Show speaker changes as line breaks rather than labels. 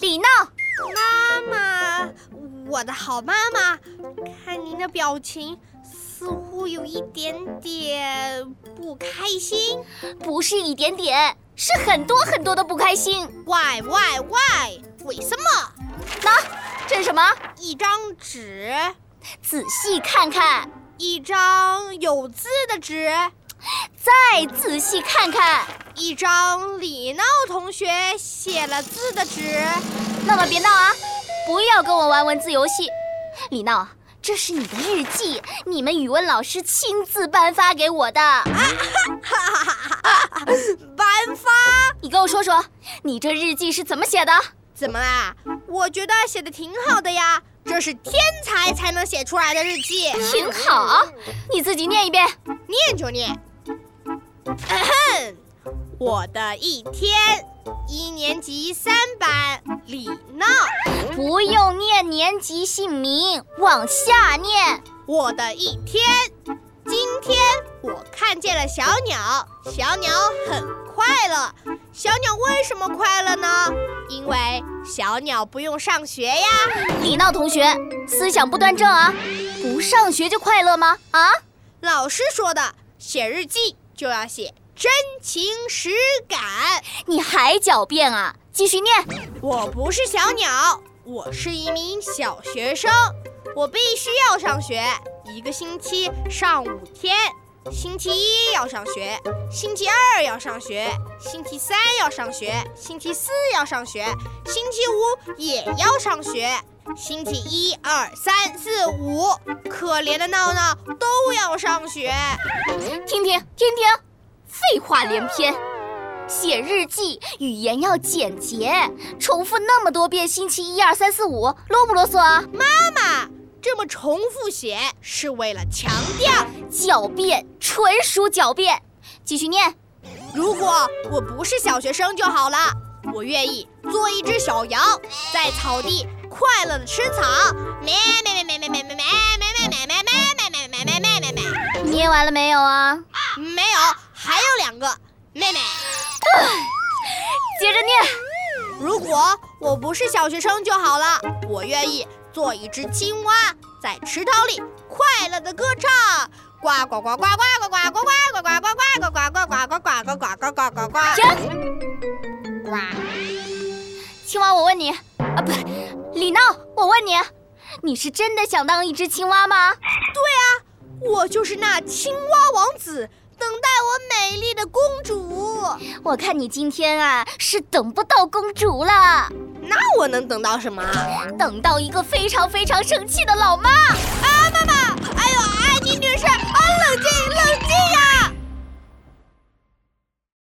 里呢？
妈妈，我的好妈妈，看您的表情，似乎有一点点不开心。
不是一点点，是很多很多的不开心。
Why why why？为什么？
呐、这是什么？
一张纸，
仔细看看，
一张有字的纸，
再仔细看看。
一张李闹同学写了字的纸。
闹闹别闹啊！不要跟我玩文字游戏。李闹，这是你的日记，你们语文老师亲自颁发给我的。啊
颁发
你跟我说说，你这日记是怎么写的？
怎么啦？我觉得写的挺好的呀，这是天才才能写出来的日记。
挺好，你自己念一遍。
念就念。咳哼，我的一天，一年级三班李闹。
不用念年级姓名，往下念。
我的一天，今天我看见了小鸟，小鸟很快乐。小鸟为什么快乐呢？因为小鸟不用上学呀。
李闹同学，思想不端正啊！不上学就快乐吗？啊？
老师说的，写日记就要写真情实感。
你还狡辩啊？继续念。
我不是小鸟，我是一名小学生，我必须要上学，一个星期上五天。星期一要上学，星期二要上学，星期三要上学，星期四要上学，星期五也要上学。星期一、二、三、四、五，可怜的闹闹都要上学。
听听听听，废话连篇。写日记语言要简洁，重复那么多遍星期一二三四五，啰不啰嗦啊？
妈妈，这么重复写是为了强调。
狡辩，纯属狡辩。继续念。
如果我不是小学生就好了，我愿意做一只小羊，在草地快乐的吃草。咩咩咩咩咩咩咩咩咩咩咩咩咩咩咩咩咩
念完了没有啊？
没有，还有两个妹妹。
接着念。
如果我不是小学生就好了，我愿意做一只青蛙，在池塘里快乐的歌唱。呱呱呱呱呱呱呱呱呱呱呱呱呱呱呱呱呱呱呱呱呱呱呱呱。
停！
呱。
青蛙，我问你，啊，不，李闹，我问你，你是真的想当一只青蛙吗？
我就是那青蛙王子，等待我美丽的公主。
我看你今天啊，是等不到公主了，
那我能等到什么？啊
等到一个非常非常生气的老妈。哎
妈妈，
啊